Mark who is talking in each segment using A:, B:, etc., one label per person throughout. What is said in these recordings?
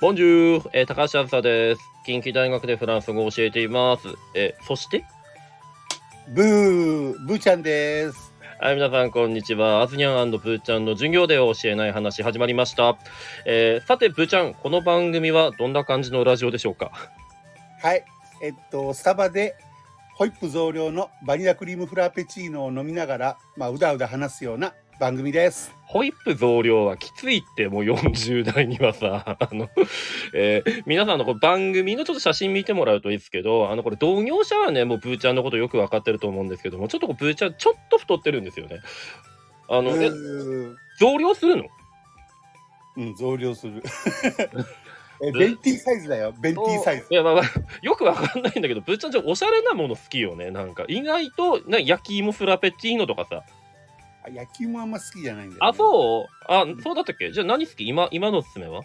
A: ボンジュール、えー高橋あずさです。近畿大学でフランス語を教えています。えーそして、
B: ブー、ブーちゃんです。
A: はい、皆さん、こんにちは。アズニャンプーちゃんの授業では教えない話、始まりました。えーさて、プーちゃん、この番組はどんな感じのラジオでしょうか
B: はい、えっと、スタバで。ホイップ増量のバニラクリームフラペチーノを飲みながら、まあ、うだうだ話すような番組です。
A: ホイップ増量はきついって、もう40代にはさ、 あの、えー皆さんあのこれ番組のちょっと写真見てもらうといいですけど、あの、これ同業者はね、もうプーちゃんのことよくわかってると思うんですけども、ちょっとこうプーちゃん、ちょっと太ってるんですよね。あ
B: う
A: の、え
B: ー
A: 増量するの
B: うん、増 量する。え、ベンティーサイズだよ。ベンティーサイズ。
A: いや、まあ まあ、よくわかんないんだけど、ぶーちゃんちょっとおしゃれなもの好きよね。なんか、意外と、な焼き芋フラペチーノとかさ。
B: あ野球もあんま好きじゃないんだよ、ね。
A: あ、そうあ、そうだったっけじゃあ何好き今、今のおすすめは
B: う。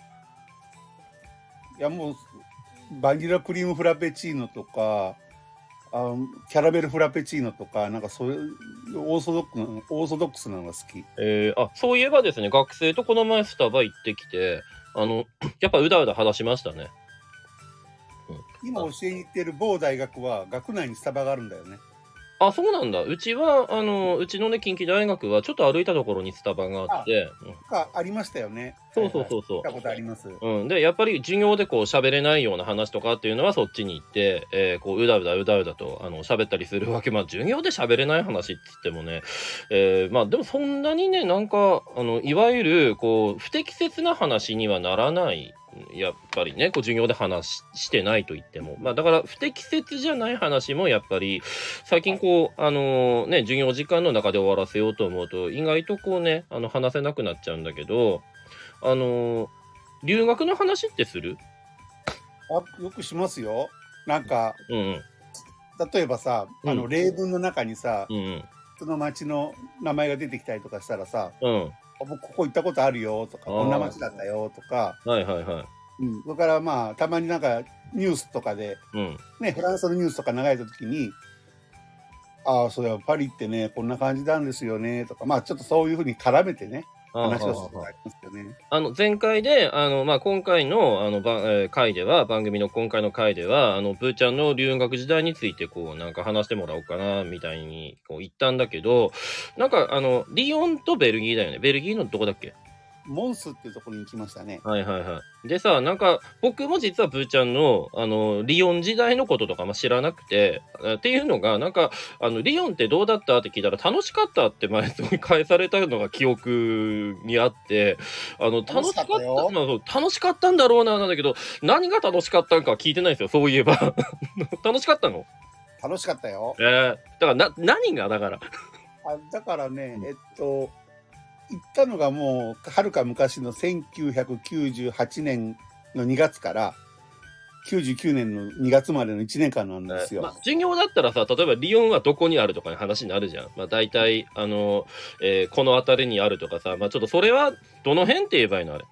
B: いや、もう。バニラクリームフラペチーノとか。あキャラメルフラペチーノとかなんかそういうオーソドックスなオーソドックスなのが好き
A: えーあ、そういえばですね、学生とこの前スタバ行ってきて、あの、 やっぱうだうだ話しましたね。
B: 今教えに行ってる某大学は学内にスタバがあるんだよね
A: あ、そうなんだ。うちは、あの、うちのね、近畿大学は、ちょっと歩いたところにスタバがあって、うん
B: あありましたよね
A: そうそうそうそう
B: はいはい行ったことあります
A: うん、でやっぱり授業でこう喋れないような話とかっていうのはそっちに行って、えーこううだうだうだうだとあの喋ったりするわけまあ授業で喋れない話っつってもね、えーまあでもそんなにねなんかあのいわゆるこう不適切な話にはならないやっぱりねこう授業で話ししてないと言っても、まあ、だから不適切じゃない話もやっぱり最近こうあのね授業時間の中で終わらせようと思うと意外とこうねあの話せなくなっちゃうんだけどあの留学の話ってする
B: あよくしますよなんか
A: うんうん
B: 例えばさ
A: うん
B: あの例文の中にさ、
A: うん
B: その町の名前が出てきたりとかしたらさ
A: うんうん
B: 「あ僕ここ行ったことあるよ」とか
A: あ
B: 「
A: ー
B: こんな町だったよ」とか、
A: はいはいはい
B: うん、それからまあたまになんかニュースとかで、
A: うん
B: ね、フランスのニュースとか流れた時に「ああそういえばパリってねこんな感じなんですよね」とかまあちょっとそういうふうに絡めてね
A: あ
B: 話をする
A: あ
B: ことがありますよね。
A: あの前回であの、まあ、今回のあの、ばえー回では番組の今回の回ではあのブーちゃんの留学時代についてこうなんか話してもらおうかなみたいにこう言ったんだけどなんかあのリヨンとベルギーだよねベルギーのどこだっけ
B: モンスっていうところに行きましたね。
A: はいはいはい。でさ、なんか、僕も実はブーちゃんの、あの、リヨン時代のこととかも知らなくて、あっていうのが、なんか、あの、リヨンってどうだったって聞いたら、楽しかったって前、すごい返されたのが記憶にあって、あの、楽しかっ
B: 楽しかった
A: た、
B: よ
A: まあそう楽しかったんだろうな、なんだけど、何が楽しかったんかは聞いてないんですよ、そういえば。 楽しかったの
B: 楽しかったよ。
A: ええだから、な、何がだから。
B: あだからね
A: う、ん
B: えっと、行ったのがもう、はるか昔の1998年の2月から、99年の2月までの1年間なんですよ。
A: まあ、授業だったらさ例えばリヨンはどこにあるとかいう話になるじゃん、まあ、大体あの、えーこの辺りにあるとかさ、まあ、ちょっとそれはどの辺って言えばいいのあれ、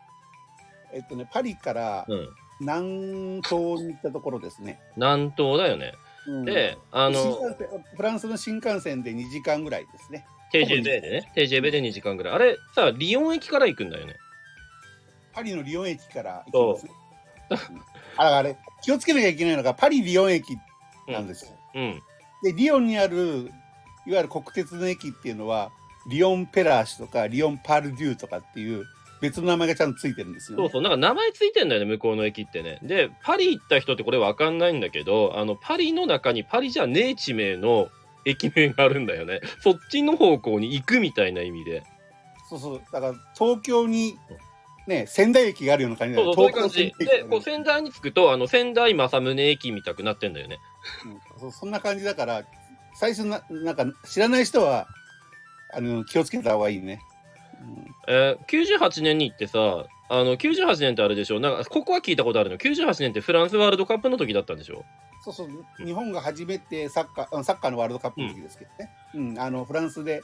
B: えっとね、パリから
A: うん、
B: 南東に行ったところですね。
A: 南東だよね、
B: うん
A: であ
B: 新
A: の
B: 幹線フランスの新幹線で2時間ぐらいですね。
A: TJB でね TJB で2時間ぐらいあれさリヨン駅から行くんだよね
B: パリのリヨン駅から行きますね。うんあらあれ、気をつけなきゃいけないのが、パリ・リヨン駅なんですよ。
A: うん
B: でリヨンにあるいわゆる国鉄の駅っていうのはリヨン・ペラーシュとかリヨン・パールデューとかっていう別の名前がちゃんとついてるんですよ、
A: そ
B: ね
A: うそうなんか名前ついてんだよね向こうの駅ってねでパリ行った人ってこれわかんないんだけどあのパリの中にパリじゃねえ地名の駅名があるんだよねそっちの方向に行くみたいな意味で
B: そうそうだから東京にね仙台駅があるような感じだ
A: そ
B: よ
A: う
B: ね
A: そうそういう感
B: 東
A: じ
B: 京仙台
A: で
B: 駅
A: こう仙台に着くとあの仙台正宗駅みたくなってんだよね
B: うんそうそんな感じだから最初ななんか知らない人はあの気をつけた方がいいね、うん
A: えー、98年に行ってさあの98年ってあれでしょなんかここは聞いたことあるの98年ってフランスワールドカップの時だったんでしょ
B: そうそう日本が初めてサッカーあのサッカーのワールドカップの時ですけどね、うん、あのフランスで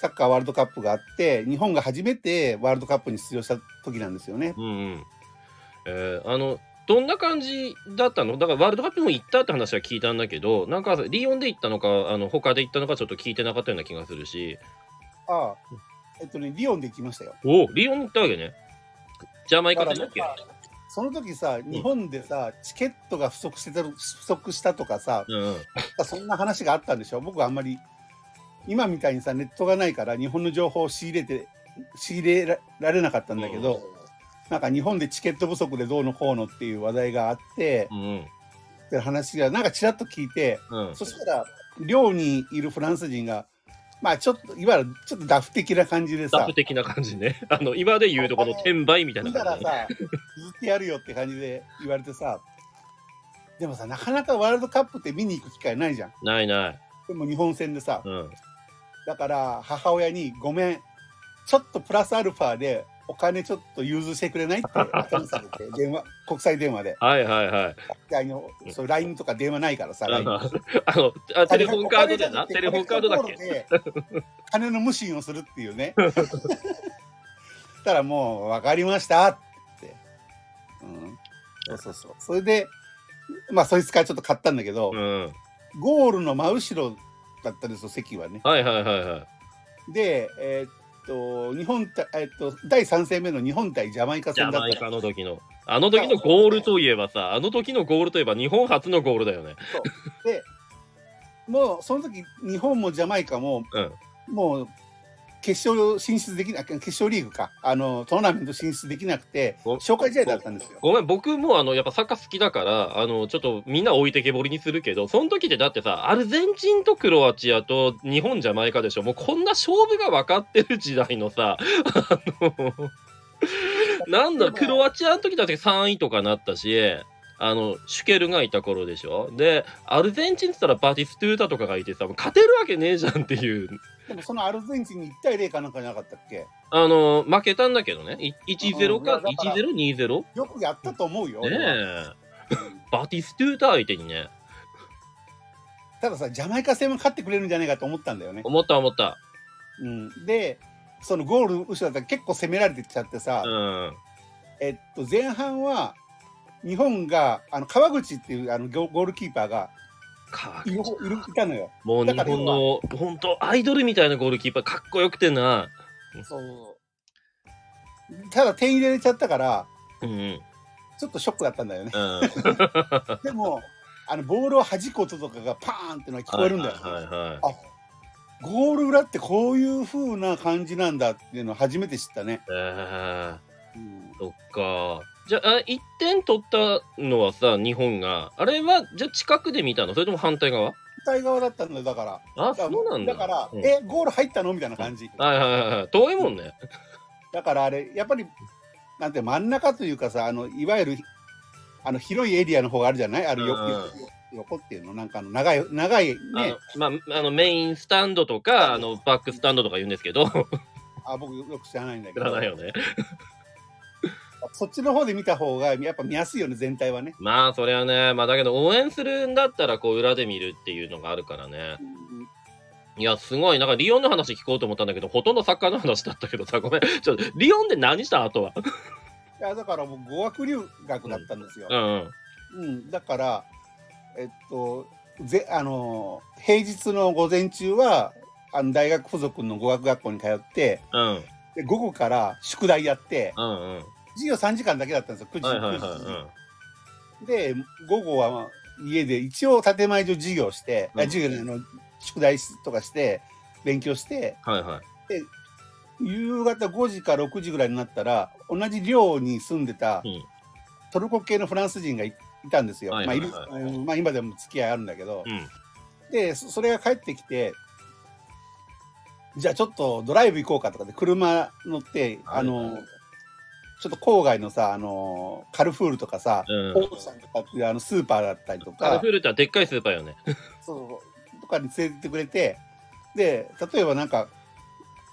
B: サッカーワールドカップがあって日本が初めてワールドカップに出場した時なんですよね。
A: うんうんえーあのどんな感じだったのだからワールドカップも行ったって話は聞いたんだけどなんかリヨンで行ったのかあの他で行ったのかちょっと聞いてなかったような気がするし
B: ああえっとねリヨンで行きましたよ。
A: おおリヨン行ったわけねジャマイカ戦だっけ
B: だからまあその時さ日本でさチケットが不足してた不足したとかさ
A: うんうん
B: そんな話があったんでしょ僕はあんまり今みたいにさネットがないから日本の情報を仕入れて仕入れられなかったんだけど、なんか日本でチケット不足でどうのこうのっていう話題があって、
A: うん
B: って話がなんかちらっと聞いて
A: うん
B: そしたら寮にいるフランス人がまあちょっといわゆるちょっとダフ的な感じで
A: ダ
B: さ
A: フ的な感じね あの今で言うとこの転売みたいな
B: 見た
A: 感
B: ら
A: じ、ね、
B: さ、ずっとやるよって感じで言われてさ、でもさ、なかなかワールドカップって見に行く機会ないじゃん。
A: ないない
B: でも日本戦でさ、
A: うん
B: だから母親に、ごめん、ちょっとプラスアルファでお金ちょっと融通してくれないって頭されて、電話、 国際電話で。
A: はいはいはい
B: であのそう LINE とか電話ないからさ、
A: あ
B: LINE
A: のあのあテレフォンカードでなテレフォンカードだっけ
B: け金の無心をするっていうね したらもう分かりましたって、うん、そうそうそうそれでまあそいつからちょっと買ったんだけど
A: う、ん
B: ゴールの真後ろだったんですよ席はね
A: はいはいはいはい
B: でえーっと日本対、えーっと第3戦目の日本対ジャマイカ
A: ジ
B: 戦
A: ャ
B: だ
A: マ
B: っ
A: イ
B: た
A: カの時のあの時のゴールといえばさあの時のゴールといえば日本初のゴールだよね
B: でもうその時日本もジャマイカも、もう決勝進出できな決勝リーグかあのトーナメント進出できなくて
A: お
B: 紹介試合だったんですよ。
A: ごめん、僕もあの、やっぱサッカー好きだから、あの、ちょっとみんな置いてけぼりにするけど、その時ってだってさ、アルゼンチンとクロアチアと日本じゃないかでしょ。もうこんな勝負が分かってる時代のさ、 あの、なんだ、クロアチアの時だって3位とかなったし、あの、シュケルがいた頃でしょ。で、アルゼンチンって言ったらバティストゥータとかがいてさ、もう勝てるわけねえじゃんっていう。
B: でもそのアルゼンチンに1対0かなんかじゃなかったっけ
A: あの、負けたんだけどね。い1-0か、
B: うんいやだから
A: 1-0?2-0?
B: よくやったと思うよ。
A: ねえ。バティストゥータ相手にね。
B: たださジャマイカ戦も勝ってくれるんじゃないかと思ったんだよね。
A: 思った思った。
B: うん、でそのゴール後ろだったら結構攻められてっちゃってさ、
A: うん。
B: えっと、前半は日本があの川口っていうあのゴゴールキーパーが
A: か
B: いるいるいたのよ。
A: もう日本の本当アイドルみたいなゴールキーパーかっこよくてな。
B: そうただ点入れれちゃったから
A: うん うん。
B: ちょっとショックだったんだ よね。
A: うん。
B: でも、あのボールを弾く音とかがパーンってのが聞こえるんだよ。
A: はいはいはいはい。
B: あゴール裏ってこういう風な感じなんだっていうのを初めて知ったね。
A: え
B: うん
A: ー、そっか。じゃあ、1点取ったのはさ、日本が。あれは、じゃあ近くで見たのそれとも反対側
B: 反対側だったんだよだから。
A: あ、そうなんだ。
B: から、
A: うん
B: えゴール入ったのみたいな感じ。
A: はいはいはいはい。遠いもんね。
B: だからあれやっぱりなんて真ん中というかさあのいわゆるあの広いエリアの方があるじゃないあのよ
A: うん
B: よ横っていうのなんかあの長い長い
A: あ
B: ね
A: のまあ、あのメインスタンドとかあのバックスタンドとか言うんですけ ど
B: あ僕よく知らないんだけ
A: 知ら
B: ど
A: ないよね
B: そっちの方で見た方がやっぱ見やすいよね全体はね。
A: まあそれはねまあだけど応援するんだったらこう裏で見るっていうのがあるからねいやすごいなんかリオンの話聞こうと思ったんだけどほとんどサッカーの話だったけどさごめんちょっとリオンで何した後はい
B: やだから僕語学留学だったんですよ。
A: うんうん
B: うん、だからえっとぜあのー平日の午前中はあの大学附属の語学学校に通って
A: うん
B: で午後から宿題やって
A: うんうん
B: 授業3時間だけだったんですよ9時
A: はいはいはい
B: 9時で午後はまあ家で一応建前上授業して、
A: うん
B: あ授業のあの宿題とかして勉強して
A: はいはい
B: 夕方5時か6時ぐらいになったら同じ寮に住んでた
A: うん
B: トルコ系のフランス人がいいたんですよ。
A: はい
B: ま
A: は
B: あ
A: いは
B: いる
A: い
B: あのまあ今でも付き合いあるんだけど、
A: うん
B: でそそれが帰ってきてじゃあちょっとドライブ行こうかとかで車乗ってあ
A: はい
B: の
A: はい
B: ちょっと郊外のさあのカルフールとかさ、
A: うん
B: オーさんとかっていうあのスーパーだったりと
A: カル
B: か
A: フルってはでっかいスーパーよね
B: そうとかに連れてってくれてで例えばなんか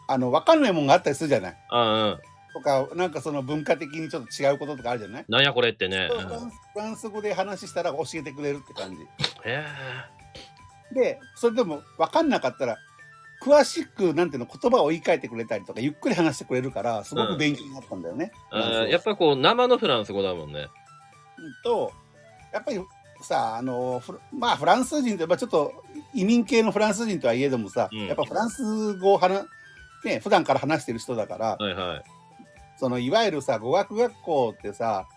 B: あの分かんないもんがあったりするじゃない
A: うんうん
B: とかなんかその文化的にちょっと違うこととかあるじゃない、
A: なんやこれってね
B: フランスフランス語で話したら教えてくれるって感じ
A: え
B: でそれでも分かんなかったら詳しくなんていうの言葉を言い換えてくれたりとかゆっくり話してくれるからすごく勉強になったんだよね。
A: え
B: フランス語
A: やっぱこう生のフランス語だもんね
B: とやっぱりさあのフラまあフランス人ってやっぱちょっと移民系のフランス人とはいえどもさ、
A: うん
B: やっぱフランス語を話ね普段から話してる人だから、
A: はいはい
B: そのいわゆるさ語学学校ってさ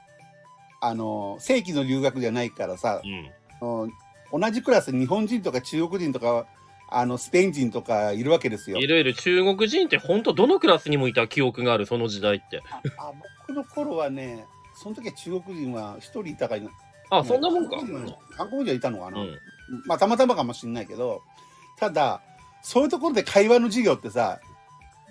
B: あの正規の留学じゃないからさ
A: う、ん。
B: あの同じクラス日本人とか中国人とかあのスペイン人とかいるわけですよ
A: い。ろいろ中国人って本当どのクラスにもいた記憶がある、その時代って。
B: ああ僕の頃はねその時は中国人は一人いたかいな
A: あ、そんなもんか。
B: 韓国人は韓国人はいたのかな、
A: うん。
B: まあたまたまかもしれないけどただそういうところで会話の授業ってさ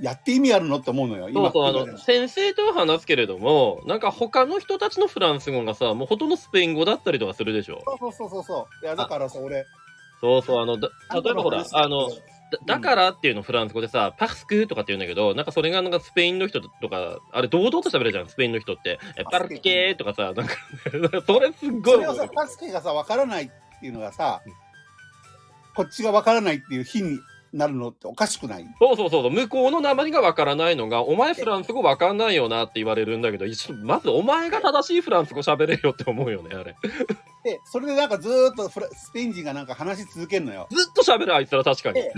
B: やって意味あるのって思うのよ
A: そうそう、あ
B: 今
A: の、先生とは話すけれども、なんか他の人たちのフランス語がさ、もうほとんどスペイン語だったりとかするでしょ。
B: そうそうそうそういやだからさ俺
A: そうそう、あの、だ例えばほら、あの、だ
B: う
A: だ
B: ん
A: からっていうのフランス語でさ、パスクとかって言うんだけど、なんかそれがなんかスペインの人とか、あれ堂々と喋るじゃん、スペインの人って。えパルケーとかさ、なんか、 それすっご
B: そ
A: い
B: れ
A: 思う
B: をさパスケがさ分からないっていうのがさこっちが分からないっていう日になるのっておかしくない
A: そうそうそうそう、向こうの名前がわからないのが、お前フランス語わかんないよなって言われるんだけど、ちょっとまずお前が正しいフランス語喋れよって思うよね、あれ。
B: でそれでなんかずーっとフラスペイン人がなんか話し続けるのよ
A: ずっと喋る、あいつら確かに。
B: え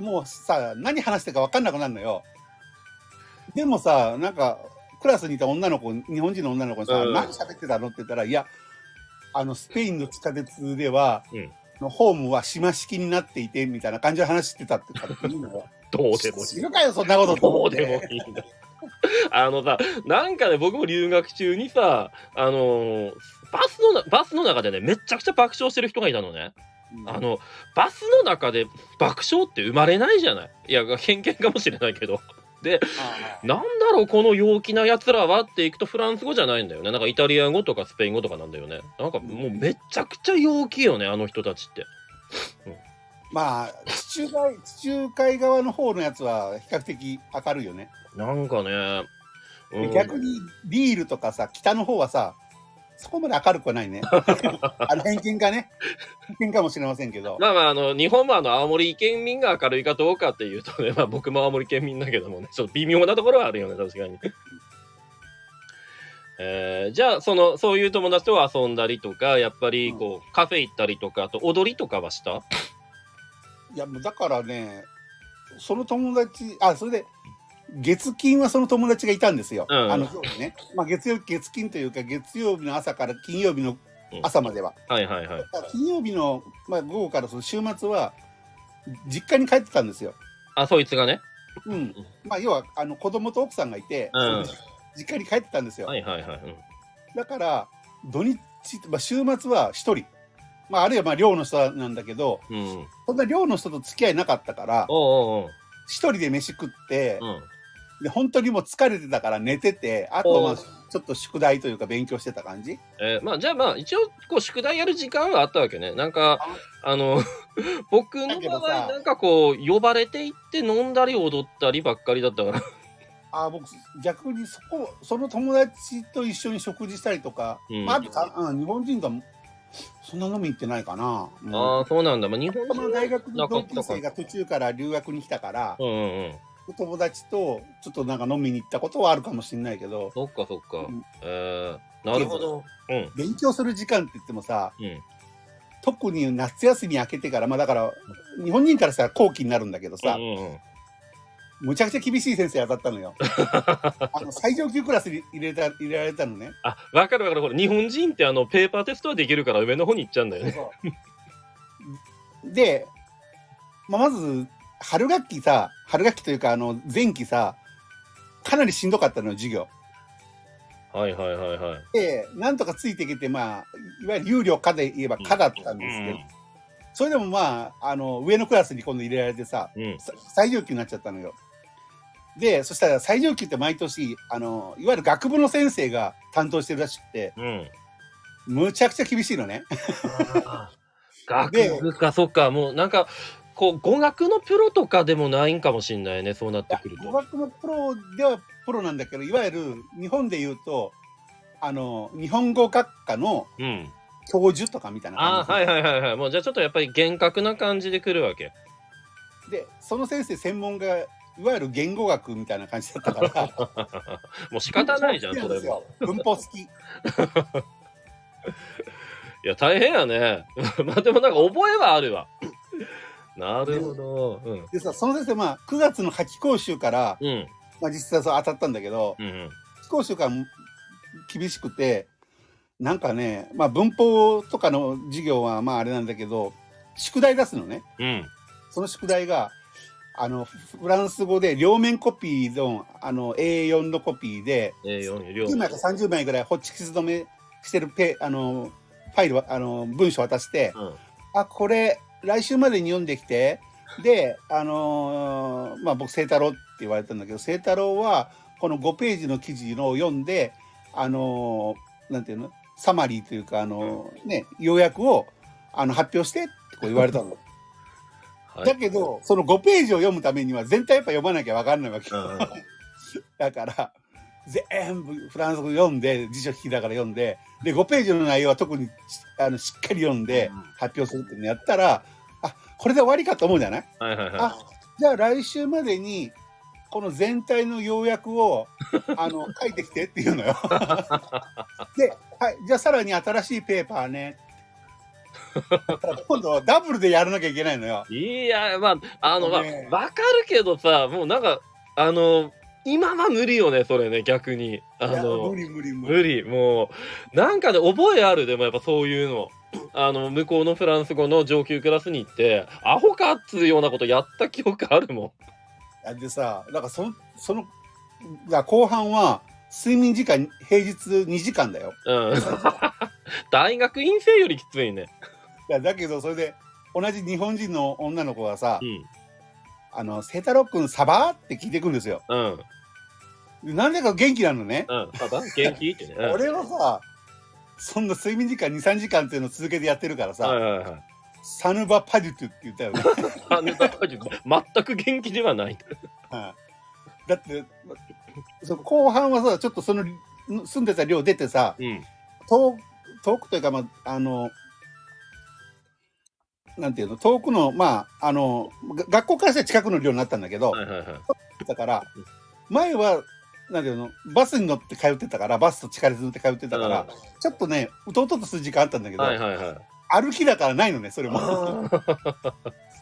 B: もうさ何話してるか分かんなくなるのよでもさなんかクラスにいた女の子日本人の女の子にさ「
A: うん
B: 何喋ってたの?」って言ったら「いやあのスペインの地下鉄では、
A: うん
B: のホームは島式になっていて」みたいな感じの話してたって言ったらいいの よ
A: どうでもいい
B: 知。るかよそんなことと
A: ど
B: 思っ
A: う
B: て
A: でもいいんだ。あのさ、なんかね、僕も留学中にさ、あのーバスのな、バスの中でね、めちゃくちゃ爆笑してる人がいたのね。
B: うん
A: あの、バスの中で爆笑って生まれないじゃない。いや、偏見かもしれないけど。
B: あ
A: なんだろう、この陽気なやつらはっていくとフランス語じゃないんだよね。なんかイタリア語とかスペイン語とかなんだよね。なんかもうめちゃくちゃ陽気よね、あの人たちって。
B: まあ地中海地中海側の方のやつは比較的明るいよね、
A: なんかね、
B: で
A: うん
B: 逆にビールとかさ北の方はさそこまで明るくはな いねあの偏見かね偏見かもしれませんけど
A: まあまあ、あの、日本もあの、青森県民が明るいかどうかっていうとね、まあ僕も青森県民だけどもね、ちょっと微妙なところはあるよね、確かに。えーじゃあ、その、そういう友達と遊んだりとか、やっぱり、こう、カフェ行ったりとか、あと踊りとかはした
B: いやもうだからねその友達あそれで月金はその友達がいたんですよ、
A: うん
B: あのそうね、まあ、月曜月金というか月曜日の朝から金曜日の朝までは、
A: はいはいはい。
B: だから金曜日の、まあ、午後からその週末は実家に帰ってたんですよ、
A: あ、そいつがね。
B: うんまあ、要はあの子供と奥さんがいて、
A: うん
B: その実家に帰ってたんですよ、
A: はいはいはい。うん
B: だから土日、まあ、週末は一人、まあ、あるいはまあ寮の人なんだけど
A: うん。
B: そんな寮の人と付き合いなかったから
A: おうおう
B: 一人で飯食って、
A: おう。うん。
B: で本当にもう疲れてたから寝ててあとまあちょっと宿題というか勉強してた感じ
A: えーまあじゃあまあ一応こう宿題やる時間はあったわけねなんかあの 僕
B: だ
A: の
B: け
A: 場
B: ど
A: 合
B: さ
A: なんかこう呼ばれていって飲んだり踊ったりばっかりだったから
B: ああ僕逆にそこその友達と一緒に食事したりとか、
A: うん
B: まあ、あとか、うん、日本人がそんな飲み行ってないかな、うん
A: ああそうなんだ、まあ、日本
B: この
A: 人
B: 大学の同級
A: なか
B: 生
A: った
B: が途中から留学に来たから
A: うんうんうん
B: 友達とちょっとなんか飲みに行ったことはあるかもしれないけど
A: そっかそっか、
B: うん
A: えー、なるほどうん
B: 勉強する時間って言ってもさ
A: うん
B: 特に夏休み明けてからまあだから日本人からしたら後期になるんだけどさ、
A: うんうんうん
B: むちゃくちゃ厳しい先生当たっ たのよあの最上級クラスに入れた入れられたのね
A: あわかるわかるほら日本人ってあのペーパーテストはできるから上の方に行っちゃうんだよね
B: で、まあ、まず春学期さ春学期というかあの前期さかなりしんどかったのよ授業
A: はいはいはいはい
B: でなんとかついていけてまあいわゆる有料かで言えばかだったんですけど、それでもまああの上のクラスに今度入れられてさ
A: うんうん
B: さ最上級になっちゃったのよでそしたら最上級って毎年あのいわゆる学部の先生が担当してるらしくて
A: うん
B: むちゃくちゃ厳しいのね。
A: あー
B: で
A: 学部か、そっか、もうなんか、こう、語学のプロとかでもないんかもしんないね、そうなってくる
B: 語
A: と。
B: 学のプロではプロなんだけどいわゆる日本で言うとあの日本語学科の
A: うん。
B: 教授とかみたいな
A: あ
B: 感
A: ー
B: じ
A: はいはいはいはい。もうじゃあちょっとやっぱり厳格な感じでくるわけ。
B: でその先生専門がいわゆる言語学みたいな感じだったから
A: もう仕方ないじゃん、それ
B: 文法好きなです
A: も。
B: よ文法好き
A: いや、大変やね。 まあでもなんか覚えはある わ。なるほど。うん。
B: でさその先生まあ9月の夏期講習から、
A: うん。
B: まあ、実際そう当たったんだけど
A: うん。
B: 夏期講習から厳しくてなんかね、まあ、文法とかの授業はまああれなんだけど宿題出すのね
A: うん。
B: その宿題があのフフランス語で両面コピーのあの A4 のコピーで
A: A4 両
B: 10枚か30枚ぐらいホッチキス止めしてるペあのファイルはあの文章渡して
A: うん。
B: あこれ来週までに読んできてであのーまあ僕清太郎って言われたんだけど清太郎はこの5ページの記事のを読んであのーなんていうのサマリーというかあのーね要約をあの発表してってこう言われた の。
A: はい
B: だけ、どその5ページを読むためには全体やっぱ読まなきゃ分かんないわけ
A: う
B: よ、
A: んうん
B: だから全部フランス語読んで辞書引きだから読んでで5ページの内容は特にしあのしっかり読んで
A: うん
B: 発表するっていうのやったらあこれで終わりかと思うじゃない
A: はいはいは
B: あじゃあ来週までにこの全体の要約 をあの書いてきてっていうのよ。 で、はい、じゃあさらに新しいペーパーね。だから今度はダブルでやらなきゃいけないのよ。
A: い。いや、まあ、あの、まあ、
B: ね
A: わかるけどさ、もうなんか、あの、今は無理よね、それね、逆に。あ
B: いや
A: の
B: 無、理無理無理。
A: 無理、もう、なんかね、覚えある、でもやっぱそういうの。あの、向こうのフランス語の上級クラスに行って、アホかっつうようなことやった記憶あるも
B: でさ、なんかそのそのいや後半は睡眠時間平日2時間だよ。
A: ん。うん。大学院生よりきついね。
B: いやだけどそれで同じ日本人の女の子がさ
A: う、ん。
B: あの清太郎君サバって聞いてくるんですよ。
A: うん。
B: なんでか元気なのね。
A: うん。ただ、元気ってね。うん
B: 俺はさそんな睡眠時間23時間っていうのを続けてやってるからさ、
A: はいはいはい。
B: サヌバパデュトゥって言った よね、
A: あネタ解除全く元気ではない。
B: はいだってその後半はさちょっとその住んでた寮出てさ
A: うん。
B: 遠遠くというかまああのなんていうの遠くのまああのが学校からして近くの寮になったんだけど、
A: はいはいはい。
B: だから前はなんていうのバスに乗って通ってたからバスと地下鉄に乗って通ってたから、ちょっとね弟とする時間あったんだけど、
A: はいはいはい。
B: 歩きだからないのねそれも。
A: あ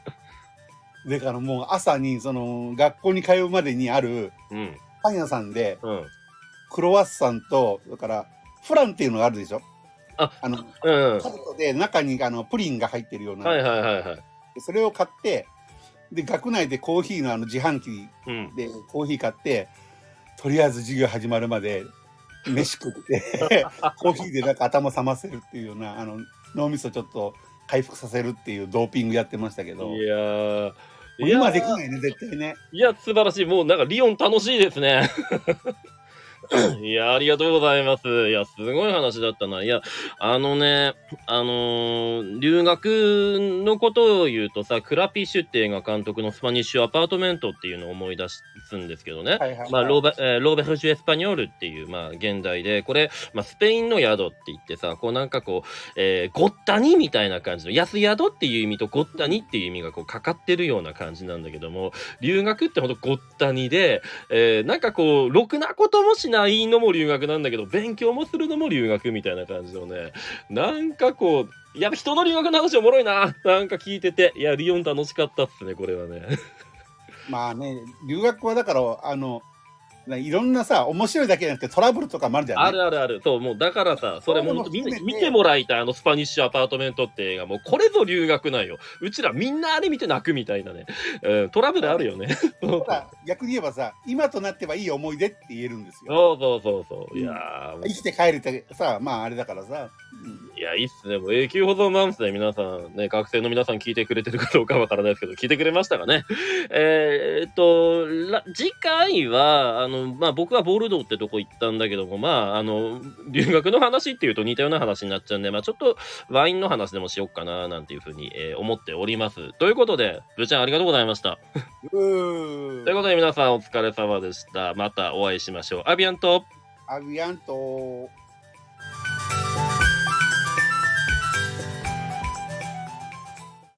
B: だからもう朝にその学校に通うまでにある
A: ーうん。
B: パン屋さんで
A: うん。
B: クロワッサンとだからフランっていうのがあるでしょ
A: あ
B: あの
A: うん。
B: カルトで中にあのプリンが入ってるような、
A: はいはいはいはい。
B: それを買ってで学内でコーヒーのあの自販機
A: うん。
B: でコーヒー買ってとりあえず授業始まるまで飯食って コーヒーでなんか頭冷ませるっていうようなあの脳みそちょっと回復させるっていうドーピングやってましたけど
A: いやー。いや
B: 今できないね絶対ね。
A: いや、素晴らしい。もうなんか、リオン楽しいですね。いや、ありがとうございます。いや、すごい話だったな。いや、あのね、あのー留学のことを言うとさ、クラピッシュって映画監督のスパニッシュアパートメントっていうのを思い出すんですけどね。
B: はいはいはい
A: まあ、ローベ、えーローベルジュ・エスパニョールっていう、まあ、現代で、これ、まあ、スペインの宿って言ってさ、こうなんかこう、えーごったにみたいな感じの、安宿っていう意味とごったにっていう意味がこうかかってるような感じなんだけども、留学ってほんとごったにで、えーなんかこう、ろくなこともしないのも留学なんだけど、勉強もするのも留学みたいな感じのね、なんかこう、やっぱ人の留学の話おもろいな。なんか聞いてて。いや、リオン楽しかったっすね、これはね。
B: まあね、留学はだから、あの、ないろんなさ、面白いだけじゃなくてトラブルとかもあるじゃない
A: あるあるある。そう、もうだからさ、それもうみんな
B: そういうのも含めて
A: 見てもらいたい、あのスパニッシュアパートメントって映画、もうこれぞ留学なんよ。うちらみんなあれ見て泣くみたいなね。うん、トラブルあるよね。そう
B: ただ逆に言えばさ、今となってはいい思い出って言えるんですよ。
A: そうそうそう。いやー、もう
B: 生きて帰れてさ、まああれだからさ、うん
A: いや、いいっすね。もう永久保存版ですね。皆さん、ね、学生の皆さん聞いてくれてるかどうかわからないですけど、聞いてくれましたかね。 えーえっと、ら次回は、あの、まあ、僕はボルドーってとこ行ったんだけども、まあ、あの、留学の話っていうと似たような話になっちゃうんで、まあ、ちょっとワインの話でもしよっかな、なんていうふうに、えー思っております。ということで、ブーちゃんありがとうございました。
B: う
A: という
B: ー。
A: ことで皆さんお疲れ様でした。またお会いしましょう。アビアント
B: アビアント。